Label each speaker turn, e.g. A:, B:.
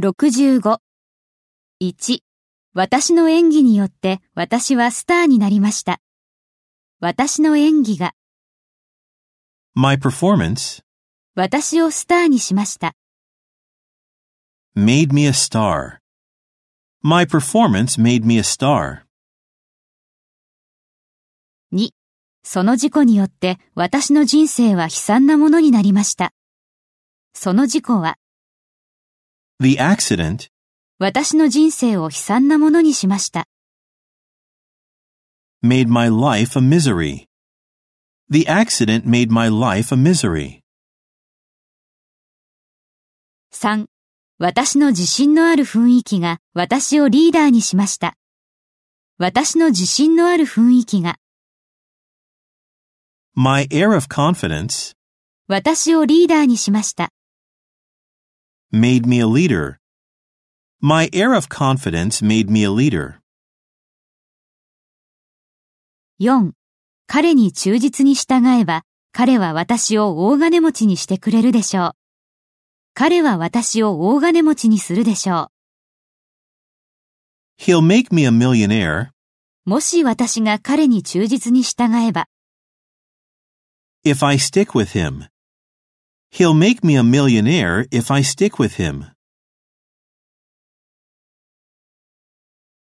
A: 65。1、私の演技によって私はスターになりました。私の演技が
B: My performance
A: 私をスターにしました。
B: made me a star. My performance made me a star.
A: 2、その事故によって私の人生は悲惨なものになりました。その事故は
B: The accident
A: 私の人生を悲惨なものにしました。
B: made my life a misery. The accident made my life a misery.
A: 3、私の自信のある雰囲気が私をリーダーにしました。私の自信のある雰囲気が
B: My air of confidence
A: 私をリーダーにしました。
B: made me a leader. My air of confidence made me a leader.
A: 4. 彼に忠実に従えば、彼は私を大金持ちにしてくれるでしょう。彼は私を大金持ちにするでしょ
B: He'll make me a millionaire
A: う。もし私が彼に忠実に従えば、
B: if I stick with him. He'll make me a millionaire if I stick with him.